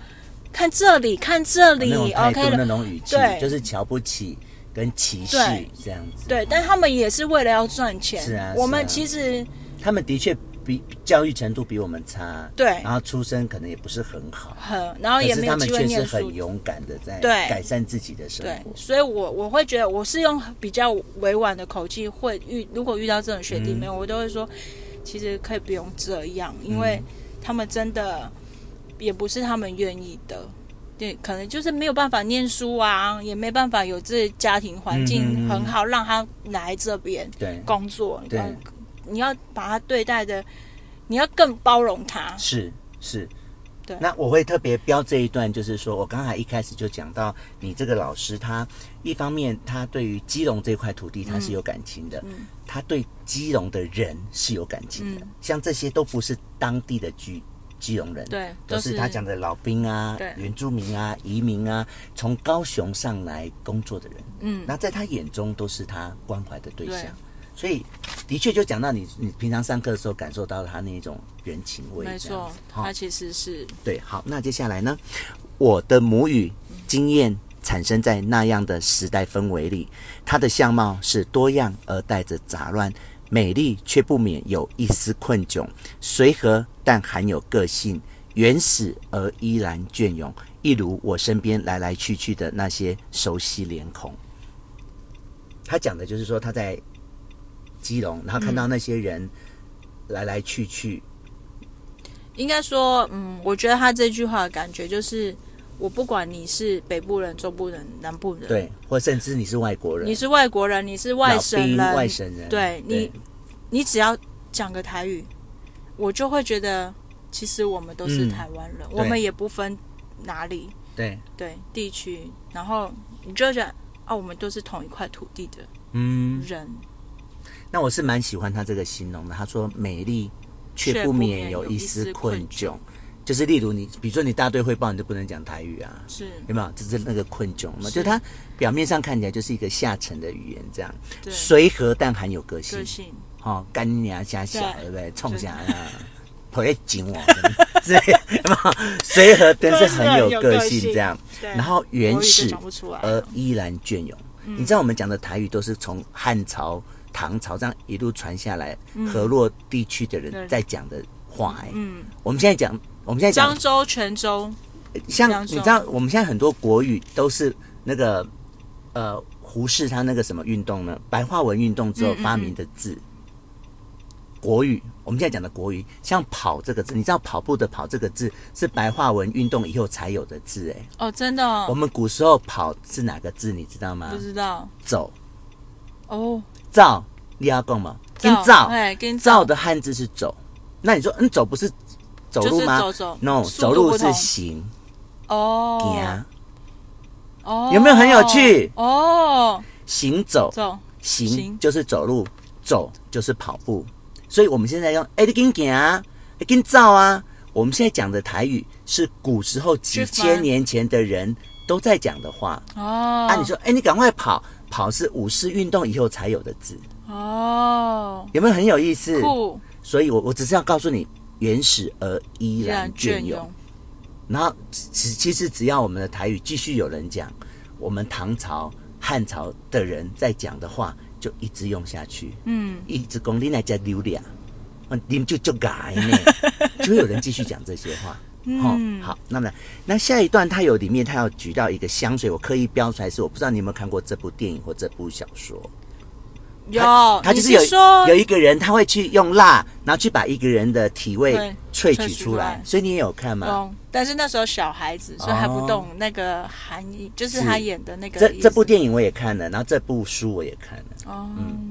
B: 看这里，看这
A: 啊那种
B: 里
A: 态
B: ，OK
A: 度、那
B: 了。
A: 种语气
B: 对，
A: 就是瞧不起跟歧视
B: 对
A: 这样子。
B: 对，但他们也是为了要赚钱。
A: 是啊
B: 我
A: 是啊
B: 们其实
A: 他们的确比教育程度比我们差，
B: 对
A: 然后出身可能也不是很好，
B: 很，然后
A: 可
B: 也
A: 是
B: 没
A: 他
B: 有
A: 们
B: 机会
A: 确实
B: 念书
A: 很。勇敢的在
B: 对
A: 改善自己的生
B: 对
A: 活，。
B: 所以我我会觉得我是用比较委婉的口气，会遇如果遇到这种学弟
A: 嗯
B: 妹，我都会说，其实可以不用这样，因
A: 嗯
B: 为他们真的也不是他们愿意的。对，可能就是没有办法念书啊，也没办法有这家庭
A: 嗯
B: 环
A: 嗯嗯
B: 境很好，让他来这边
A: 对，
B: 工作。
A: 对
B: 嗯你要把他对待的，你要更包容他。
A: 是是。
B: 对
A: 那我会特别标这一段，就是说我刚才一开始就讲到，你这个老师他一方面他对于基隆这块土地他是有感情的，他对基隆的人是有感情的，
B: 嗯
A: 像这些都不是当地的居基隆人，
B: 对，
A: 都
B: 都
A: 是他讲的老兵啊
B: 对、
A: 原住民啊、移民啊，从高雄上来工作的人，
B: 嗯，
A: 那在他眼中都是他关怀的对象
B: 对，
A: 所以的确就讲到你，你平常上课的时候感受到他那一种人情味，
B: 没
A: 这样
B: 错
A: 子，哦
B: 他其实是
A: 对，好，那接下来呢，我的母语经验产生在那样的时代氛围里，它的相貌是多样而带着杂乱，美丽却不免有一丝困窘，随和但含有个性，原始而依然隽永，一如我身边来来去去的那些熟悉脸孔。他讲的就是说他在基隆，然后看到那些人来来去去，
B: 应该说，嗯，我觉得他这句话的感觉就是，我不管你是北部人、中部人、南部人，，
A: 对，或甚至你是外国人，
B: 你是外国人，你是外省人，
A: 老兵外省人，
B: 对你，你只要讲个台语，我就会觉得，其实我们都是
A: 嗯
B: 台湾人，
A: 对
B: 我们也不分哪里，
A: 对，
B: 对地区，然后你就会觉得，啊，我们都是同一块土地的
A: 嗯，
B: 人，
A: 那我是蛮喜欢他这个形容的。他说美丽却
B: 却
A: 不
B: 不
A: 免
B: 免
A: 有
B: 有
A: 一
B: 一
A: 丝
B: 丝
A: 困
B: 困
A: 窘，就是例如你，比如说你大队汇报，你就不能讲台语啊，
B: 是
A: 有没有？这是那个困窘嘛？
B: 是
A: 就它表面上看起来就是一个下沉的语言，这样
B: 对
A: 随和但含有个性
B: 个，性，
A: 哦，干你娘加小，
B: 对
A: 对不对？冲下啊，不会紧我， 之类的有没有？随和但是很有个性，这样。
B: 对，
A: 然后原
B: 国语就
A: 始呃
B: 讲不出来
A: 而
B: 了，
A: 依然隽永。
B: 嗯
A: 你知道我们讲的台语都是从汉朝、唐朝这样一路传下来，河洛地区的人
B: 嗯对
A: 在讲的话、哎、
B: 嗯，
A: 我们现在讲，我们现在
B: 漳
A: 讲，
B: 州、泉州。
A: 像
B: 江
A: 你
B: 苏
A: 知道，我们现在很多国语都是那个呃胡适他那个什么运动呢？白话文运动之后
B: 嗯嗯嗯
A: 发明的字。国语，我们现在讲的国语，像“跑”这个字，你知道“跑步”的“跑”这个字是白话文运动以后才有的字、哎、
B: 哦，真的、
A: 我
B: 哦，
A: 们啊古时候“跑”是哪个字，你知道吗
B: 不？知道
A: 走，
B: 哦。
A: 照，你要讲嘛？跟
B: 照
A: 照，
B: 哎，跟
A: 照的汉字是走。那你说，嗯，走不是走路吗、
B: 就是走走
A: n o
B: 速度
A: 走路
B: 不
A: 是
B: 同
A: 行，行、啊
B: 哦，哦，
A: 有没有很有趣？
B: 哦，
A: 行走，
B: 走，
A: 行
B: 行
A: 就是走路，走就是跑步。所以我们现在用哎，你跟行啊，你跟照啊。我们现在讲的台语是古时候几
B: 去翻
A: 千年前的人都在讲的话。
B: 哦，
A: 啊，你，说，哎，你赶快跑，跑是武士运动以后才有的字，
B: 哦，
A: 有没有很有意思？
B: 酷，
A: 所以我我只是要告诉你，原始而依
B: 依
A: 然
B: 然
A: 隽
B: 隽
A: 永
B: 永。，
A: 然后其其实只要我们的台语继续有人讲，我们唐朝、汉朝的人在讲的话，就一直用下去，
B: 嗯，
A: 一直讲你那叫流俩，啊你们就就改呢， 就会有人继续讲这些话。嗯、好，那么那下一段它有里面它要举到一个香水，我刻意标出来是我不知道你有没有看过这部电影或这部小说。
B: 有，
A: 他就
B: 你
A: 是
B: 是
A: 有
B: 说
A: 有一个人，他会去用蜡，然后去把一个人的体味
B: 对
A: 萃
B: 萃
A: 取
B: 取
A: 出来
B: 出。来哦
A: 所以你也有看吗？
B: 懂，但是那时候小孩子，所以还
A: 哦
B: 不懂那个含义，就是
A: 是
B: 他演的那个
A: 哦这
B: 意
A: 这部
B: 思
A: 电嗯影我也看了，然后这部书我也看了，
B: 哦，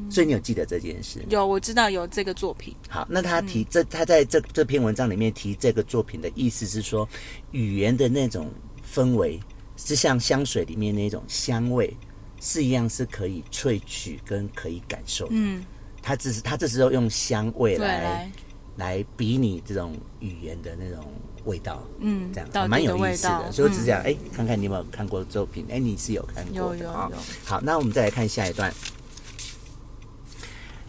A: 所以你有记得这件事。
B: 有嗯我知道有这个作品，
A: 好，那他提、这他在这这篇文章里面提这个作品的意思是说，语言的那种氛围是像香水里面那种香味是一样是可以萃取跟可以感受的。
B: 嗯，
A: 他只是他这时候用香味
B: 对，来，
A: 来比拟这种语言的那种味道，
B: 嗯
A: 这样，
B: 到
A: 蛮
B: 底
A: 有
B: 的
A: 意
B: 味
A: 思
B: 道嗯
A: 的。，所以我只是想，哎、看看你有没有看过作品？哎，你是有看过
B: 有
A: 的
B: 有
A: 啊、
B: 有
A: 好，那我们再来看下一段，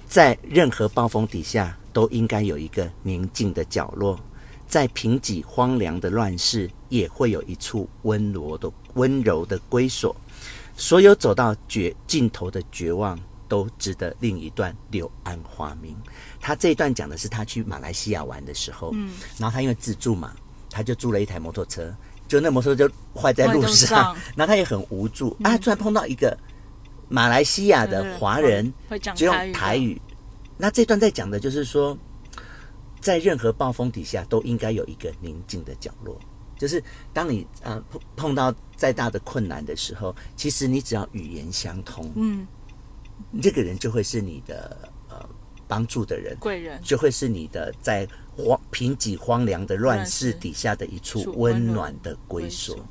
A: 在任何暴风底下，都应该有一个宁静的角落。在贫瘠荒凉的乱世，也会有一处温柔的温柔的归所。所有走到绝尽头的绝望，都值得另一段柳暗花明。他这一段讲的是他去马来西亚玩的时候，
B: 嗯，
A: 然后他因为自助嘛，他就租了一台摩托车，就那摩托车就坏在路
B: 坏在路上嗯
A: 然后他也很无助、啊，突然碰到一个马来西亚
B: 对
A: 的
B: 对
A: 华人，
B: 会嗯讲
A: 只用
B: 台语的
A: 台语。那这段在讲的就是说，在任何暴风底下都应该有一个宁静的角落。就是当你啊碰碰到再大的困难的时候，其实你只要语言相通，
B: 嗯，
A: 这个人就会是你的呃帮助的人，
B: 贵人
A: 就会是你的在荒贫瘠荒凉的乱世底下的一处
B: 处
A: 温
B: 温
A: 暖
B: 暖
A: 的归
B: 归
A: 所
B: 所。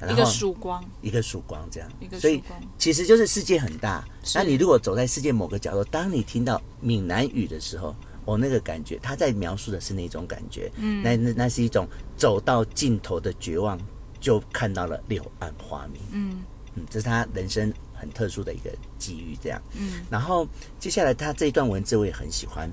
A: 然
B: 嗯一
A: 后
B: 个曙光，
A: 一个曙光这样
B: 一个，
A: 所以
B: 曙光
A: 其实就是世界很大。
B: 是
A: 那你如果走在世界某个角落，当你听到闽南语的时候，哦，那个感觉，他在描述的是那种感觉，嗯，那那那是一种走到尽头的绝望，就看到了柳暗花明，
B: 嗯
A: 嗯，这是他人生很特殊的一个机遇，这样。
B: 嗯
A: 然后接下来他这一段文字我也很喜欢。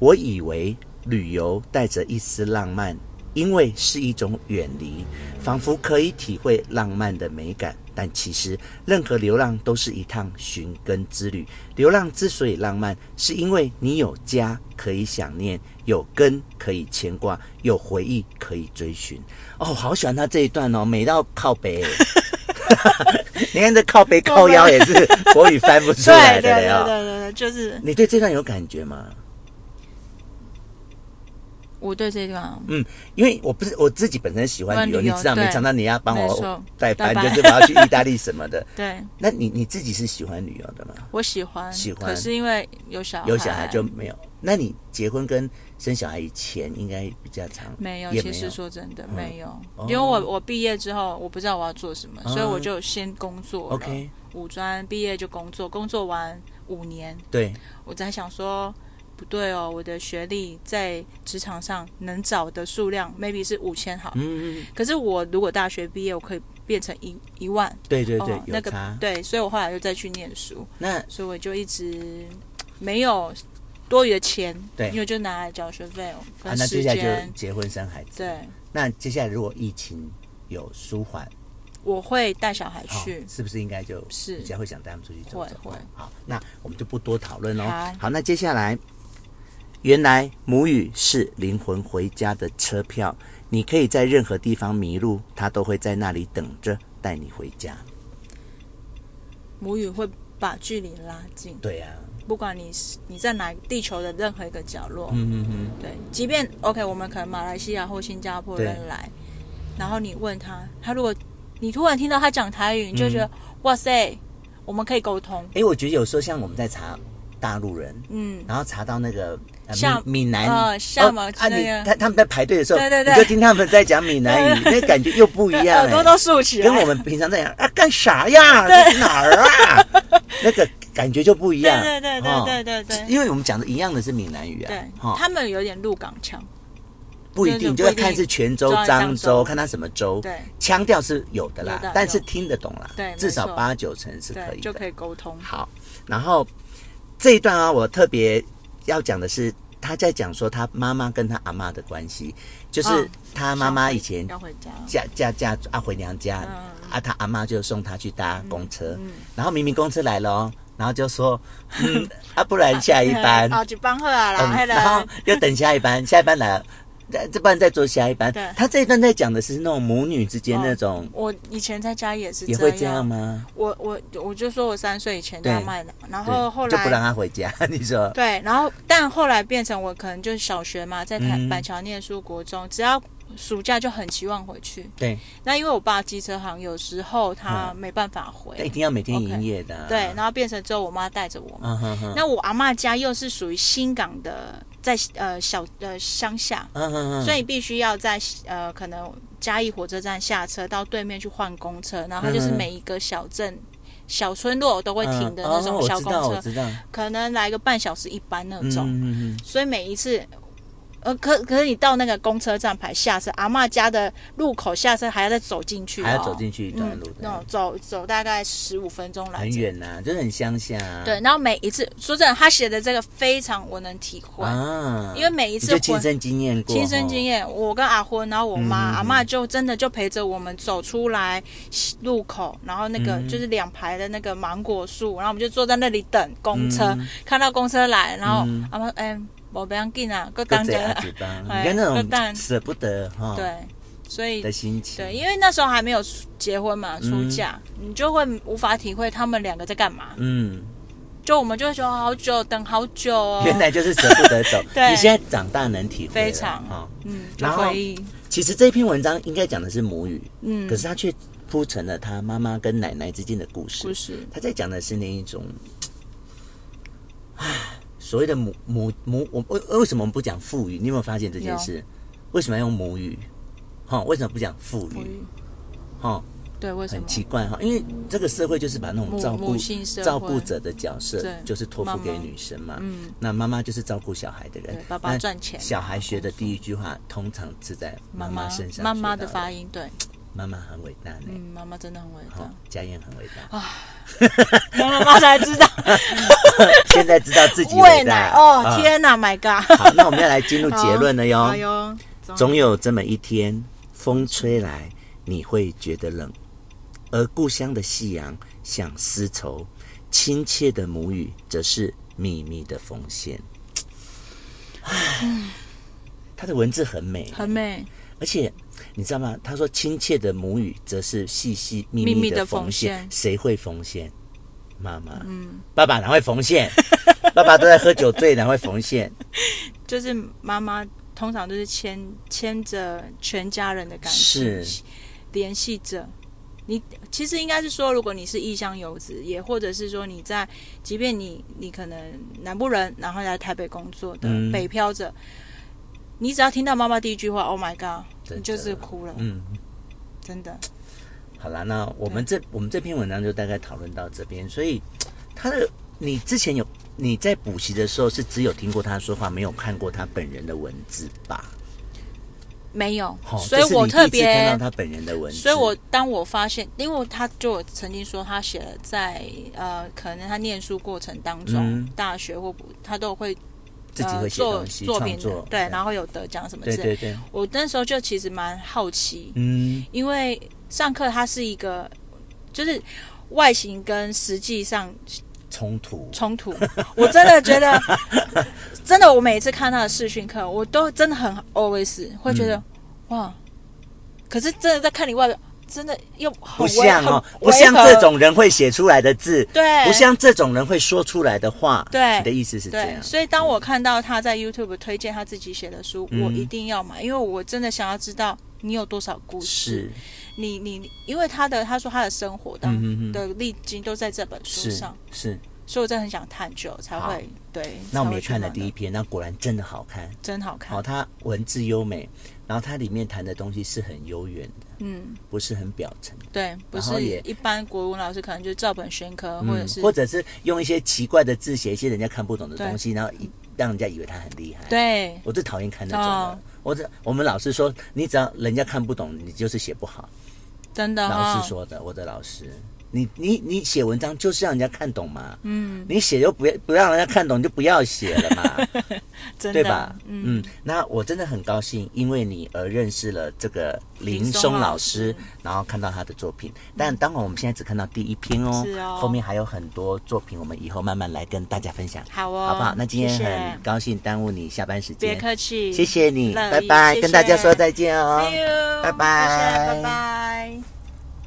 A: 我以为旅游带着一丝浪漫，因为是一种远离，仿佛可以体会浪漫的美感。但其实，任何流浪都是一趟寻根之旅。流浪之所以浪漫，是因为你有家可以想念，有根可以牵挂，有回忆可以追寻。哦，好喜欢他这一段哦，美到靠 北。你看这靠北靠腰也是国语翻不出来
B: 对对
A: 的了
B: 对
A: 哟。
B: 对对对，就是
A: 哦你对这段有感觉吗？
B: 我对这段
A: 嗯，因为我不是我自己本身喜欢旅游，
B: 喜欢旅
A: 你
B: 游
A: 知道没？
B: 对
A: 常常你要帮
B: 没
A: 我
B: 错
A: 代班，
B: 代班
A: 就是我要去意大利什么的。
B: 对
A: 那你你自己是喜欢旅游的吗？
B: 我喜欢，
A: 喜欢
B: 可是因为有小孩，
A: 有小孩就没有。那你结婚跟生小孩以前应该比较长，
B: 没有。
A: 也
B: 其
A: 没有
B: 实说真的，
A: 嗯
B: 没有
A: 哦，
B: 因为我我毕业之后，我不知道我要做什么，
A: 嗯
B: 所以我就先工作了。
A: OK，
B: 五专毕业就工作，工作完五年，
A: 对，
B: 我在想说。不对哦，我的学历在职场上能找的数量，maybe 是五千好，
A: 嗯，嗯嗯
B: 可是我如果大学毕业，我可以变成一一万，
A: 对对对
B: 哦，
A: 有
B: 那个
A: 差。
B: 对，所以我后来又再去念书，
A: 那啊
B: 所以我就一直没有多余的钱，
A: 对
B: 因为就拿来缴学费
A: 啊，
B: 跟
A: 那接
B: 时
A: 下来就
B: 间，
A: 结婚生孩子。
B: 对，
A: 那接下来如果疫情有舒缓，
B: 我会带小孩
A: 好
B: 去，
A: 是不是应该就是比较会想带他们出去走
B: 会
A: 走？
B: 会
A: 好，那我们就不多讨论喽。哦
B: 好
A: 那接下来，原来母语是灵魂回家的车票，你可以在任何地方迷路，它都会在那里等着带你回家。
B: 母语会把距离拉近，
A: 对呀、
B: 不管你是你在哪地球的任何一个角落，
A: 嗯嗯嗯，
B: 对，即便 OK，我们可能马来西亚或新加坡
A: 对
B: 人来，然后你问他，他如果你突然听到他讲台语，你就
A: 嗯
B: 觉得、哇塞，我们可以沟通，
A: 哎，我觉得有时候像我们在查大陆人，
B: 嗯，
A: 然后查到那个。呃
B: 厦
A: 闽闽南
B: 呃厦门
A: 啊，你
B: 那个
A: 他他们在排队的时候，
B: 对对对
A: 你就听他们在讲闽南 语，那感觉又不一样、
B: 耳朵
A: 哎
B: 都竖起来，
A: 跟我们平常在讲啊干啥呀？这是哪儿啊？ 那个感觉就不一样。
B: 对对对
A: 哦
B: 对对对对
A: 因为我们讲的一样的是闽南语啊。
B: 对，
A: 哈，
B: 他们有点鹿港腔，
A: 不一
B: 对对
A: 定，
B: 不
A: 就要
B: 一定
A: 看是泉州
B: 知道、是
A: 漳
B: 漳
A: 州，
B: 州
A: 看他什么州。
B: 对，
A: 腔调是有的啦
B: 有的，
A: 但是听得懂啦。
B: 对没
A: 至少
B: 错
A: 八九成是可
B: 对，
A: 以
B: 就
A: 的。
B: 可以沟通。
A: 好，然后这一段啊，我特别要讲的是，他在讲说他妈妈跟他阿妈的关系，就是
B: 嗯
A: 他妈妈以前
B: 要回家，
A: 嫁嫁嫁啊回娘家，
B: 嗯
A: 啊他阿妈就送他去搭公车，然后明明公车来了哦，然后就说，嗯啊不然下一 班，
B: 啊，就帮贺啊啦，
A: 嗯，
B: 还
A: 然后
B: 来，
A: 又等下一班，下一班来了，这这不然再坐下一班
B: 对。
A: 他这一段在讲的是那种母女之间
B: 哦
A: 那种，
B: 我以前在家也是啊
A: 也会这样？吗？
B: 我我我就说我三岁以前
A: 对
B: 在卖的，然
A: 对
B: 哦后后
A: 就不让
B: 来。
A: 他回家， 你说
B: 对，然后但后来变成我可能就是小学嘛，在台
A: 嗯
B: 板桥念书，国中，只要暑假就很期望回去。
A: 对，
B: 那因为我爸机车行，有时候他
A: 嗯
B: 没办法回，
A: 一定要每天营业的啊。
B: 对，然后变成之后我妈带着我嘛。
A: 嗯哼哼，
B: 那我阿嬷家又是属于新港的，在呃小呃乡下，
A: 嗯哼哼，
B: 所以必须要在呃可能嘉义火车站下车，到对面去换公车，然后它就是
A: 嗯
B: 每一个小镇、小村落都会停的那
A: 嗯哦
B: 种小
A: 我知
B: 公车，
A: 道，我知道，
B: 可能来个半小时一班那
A: 嗯
B: 种。
A: 嗯嗯
B: 所以每一次呃，可可是你到那个公车站牌下车，阿嬷家的路口下车还要再走进去、哦，
A: 还要走进去一段路的
B: 嗯，那种走走大概十五分钟来，
A: 很。远呐、就是很乡下、啊。
B: 对，然后每一次，说真的，他写的这个非常我能体会，
A: 啊，
B: 因为每一
A: 你
B: 次
A: 就
B: 回
A: 亲身经验过，嗯
B: 亲身经
A: 验。
B: 验，我跟阿昏，然后我妈、阿妈就真的就陪着我们走出来路口，然后那个
A: 嗯
B: 就是两排的那个芒果树，然后我们就坐在那里等公车，
A: 嗯
B: 看到公车来，然后
A: 嗯
B: 阿妈哎，我不要紧啊，
A: 各
B: 够当
A: 嘴
B: 真
A: 阿
B: 啊
A: 嘴巴，
B: 哎
A: 你看那
B: 各当
A: 种哦舍不得哈，
B: 对，所以
A: 的心情，
B: 对，因为那时候还没有结婚嘛，出嫁，你就会无法体会他们两个在干嘛，
A: 嗯，
B: 就我们就会说好久等好久哦，
A: 原来就是舍不得走。
B: 对
A: 你现在长大能体会了
B: 非常
A: 哈。
B: 嗯，就
A: 然后
B: 回忆，
A: 其实这篇文章应该讲的是母语，
B: 嗯
A: 可，是它却铺成了他妈妈跟奶奶之间的故事。
B: 故事，
A: 他在讲的是那一种， 唉，所谓的母母母，我为为什么我们不讲父语？你有没有发现这件事？为什么要用母语？哈、为什么不讲父
B: 回
A: 语？
B: 忆
A: 哈、
B: 对，为什
A: 很
B: 么？
A: 奇怪哈、因为这个社会就是把那种
B: 母
A: 照顾
B: 母性社会
A: 照顾者的角色
B: 对，
A: 就是托付给
B: 妈妈
A: 女生嘛。
B: 嗯，
A: 那妈妈就是照顾小孩的人
B: 对，爸爸
A: 那
B: 赚钱
A: 小孩学的第一句话，通常是在妈妈身上。
B: 妈妈的发，音，对，
A: 妈妈很伟大呢。
B: 嗯，哦妈妈真的很伟
A: 哈、
B: 大，
A: 家燕很伟大。
B: 妈妈才知 道
A: 现在知道自己
B: 喂
A: 伟
B: 奶
A: 大
B: 哦，
A: 啊
B: 天哪，My God！
A: 好，那我们要来进入结论了
B: 好
A: 哟。
B: 哟，总
A: 总有这么一天，风吹来，你会觉得冷，而故乡的夕阳像丝绸，亲切的母语则是秘密的缝线。他的文字很美，
B: 很美，
A: 而且你知道吗？他说亲切的母语则是细细密
B: 秘密
A: 密
B: 的
A: 的缝
B: 缝
A: 线
B: 线，
A: 谁会缝线？妈妈，嗯，爸爸哪会缝线？爸爸都在喝酒醉，哪会缝线？
B: 就是妈妈通常都是牵牵着全家人的感情，
A: 是
B: 联系着。你其实应该是说，如果你是异乡游子，也或者是说你在，即便你你可能南部人，然后来台北工作的、
A: 嗯
B: 北漂者，你只要听到妈妈第一句话，Oh my God，
A: 真的
B: 你就是哭了，
A: 嗯，
B: 真的。
A: 好啦，那我们这我们这篇文章就大概讨论到这边。所以，他的你之前有你在补习的时候是只有听过他说话，没有看过他本人的文字吧？
B: 没有，
A: 齁
B: 所以
A: 这是
B: 我
A: 你
B: 特
A: 第一次看
B: 别，
A: 到他本人的文字，
B: 所以我当我发现，因为他就有曾经说他写了在呃，可能他念书过程当中，
A: 嗯
B: 大学或不，他都会
A: 自己
B: 呃
A: 会写
B: 做
A: 东西、
B: 作
A: 创
B: 品
A: 作嗯
B: 的，，对，然后有得奖什么之
A: 对
B: 类的。
A: 对对，
B: 我那时候就其实蛮好奇，
A: 嗯
B: 因为上课它是一个，就是外形跟实际上
A: 冲 突，
B: 冲突。我真的觉得， 真的，我每一次看他的视讯课，我都真的很 always 会
A: 嗯
B: 觉得、哇，可是真的在看你外表，真的又很
A: 不
B: 违
A: 像哦，
B: 很
A: 不像
B: 违和
A: 这种人会写出来的字，
B: 对，
A: 不像这种人会说出来的话。
B: 对
A: 你的意思是这
B: 对
A: 样，。
B: 所以当我看到他在 YouTube 推荐他自己写的书，
A: 嗯
B: 我一定要买，因为我真的想要知道你有多少故事
A: 是。
B: 你你，你因为他的他说他的生活当
A: 嗯哼哼
B: 的历经都在这本书
A: 是
B: 上，
A: 是，
B: 所以我真的很想探究，才
A: 好
B: 会对。
A: 那我们
B: 才
A: 也
B: 会去
A: 看了
B: 买
A: 第一篇，那果然真的好看。
B: 的，真好看
A: 好，。哦它文字优美，然后它里面谈的东西是很悠远的，
B: 嗯，
A: 不是很表层的，
B: 对，不
A: 然后
B: 是
A: 也嗯
B: 一般国文老师可能就照本宣科，或嗯者是
A: 或者是用一些奇怪的字写一些人家看不懂的
B: 对
A: 东西，然后一让人家以为他很厉害。，
B: 对
A: 我最讨厌看那种
B: 哦
A: 的。我这我们老师说，你只要人家看不懂，你就是写不好。
B: 真的哈
A: 老师说的，我的老师。你你你写文章就是让人家看懂嘛，嗯，你写又不要不让人家看懂，你就不要写了嘛，
B: 真的
A: 对吧？嗯那我真的很高兴，因为你而认识了这个林
B: 林松
A: 松
B: 老
A: 老师，然后看到他的作品。但当然，我们现在只看到第一篇哦，
B: 是哦
A: 后面还有很多作品，我们以后慢慢来跟大家分享，
B: 好哦
A: 好不好？那今天
B: 谢谢
A: 很高兴耽误你下班时
B: 别
A: 间，
B: 客气，
A: 谢谢你，
B: 乐
A: 拜
B: 意
A: 拜，
B: 谢谢
A: 跟大家说再见哦
B: See you，
A: 拜拜
B: 谢谢拜拜。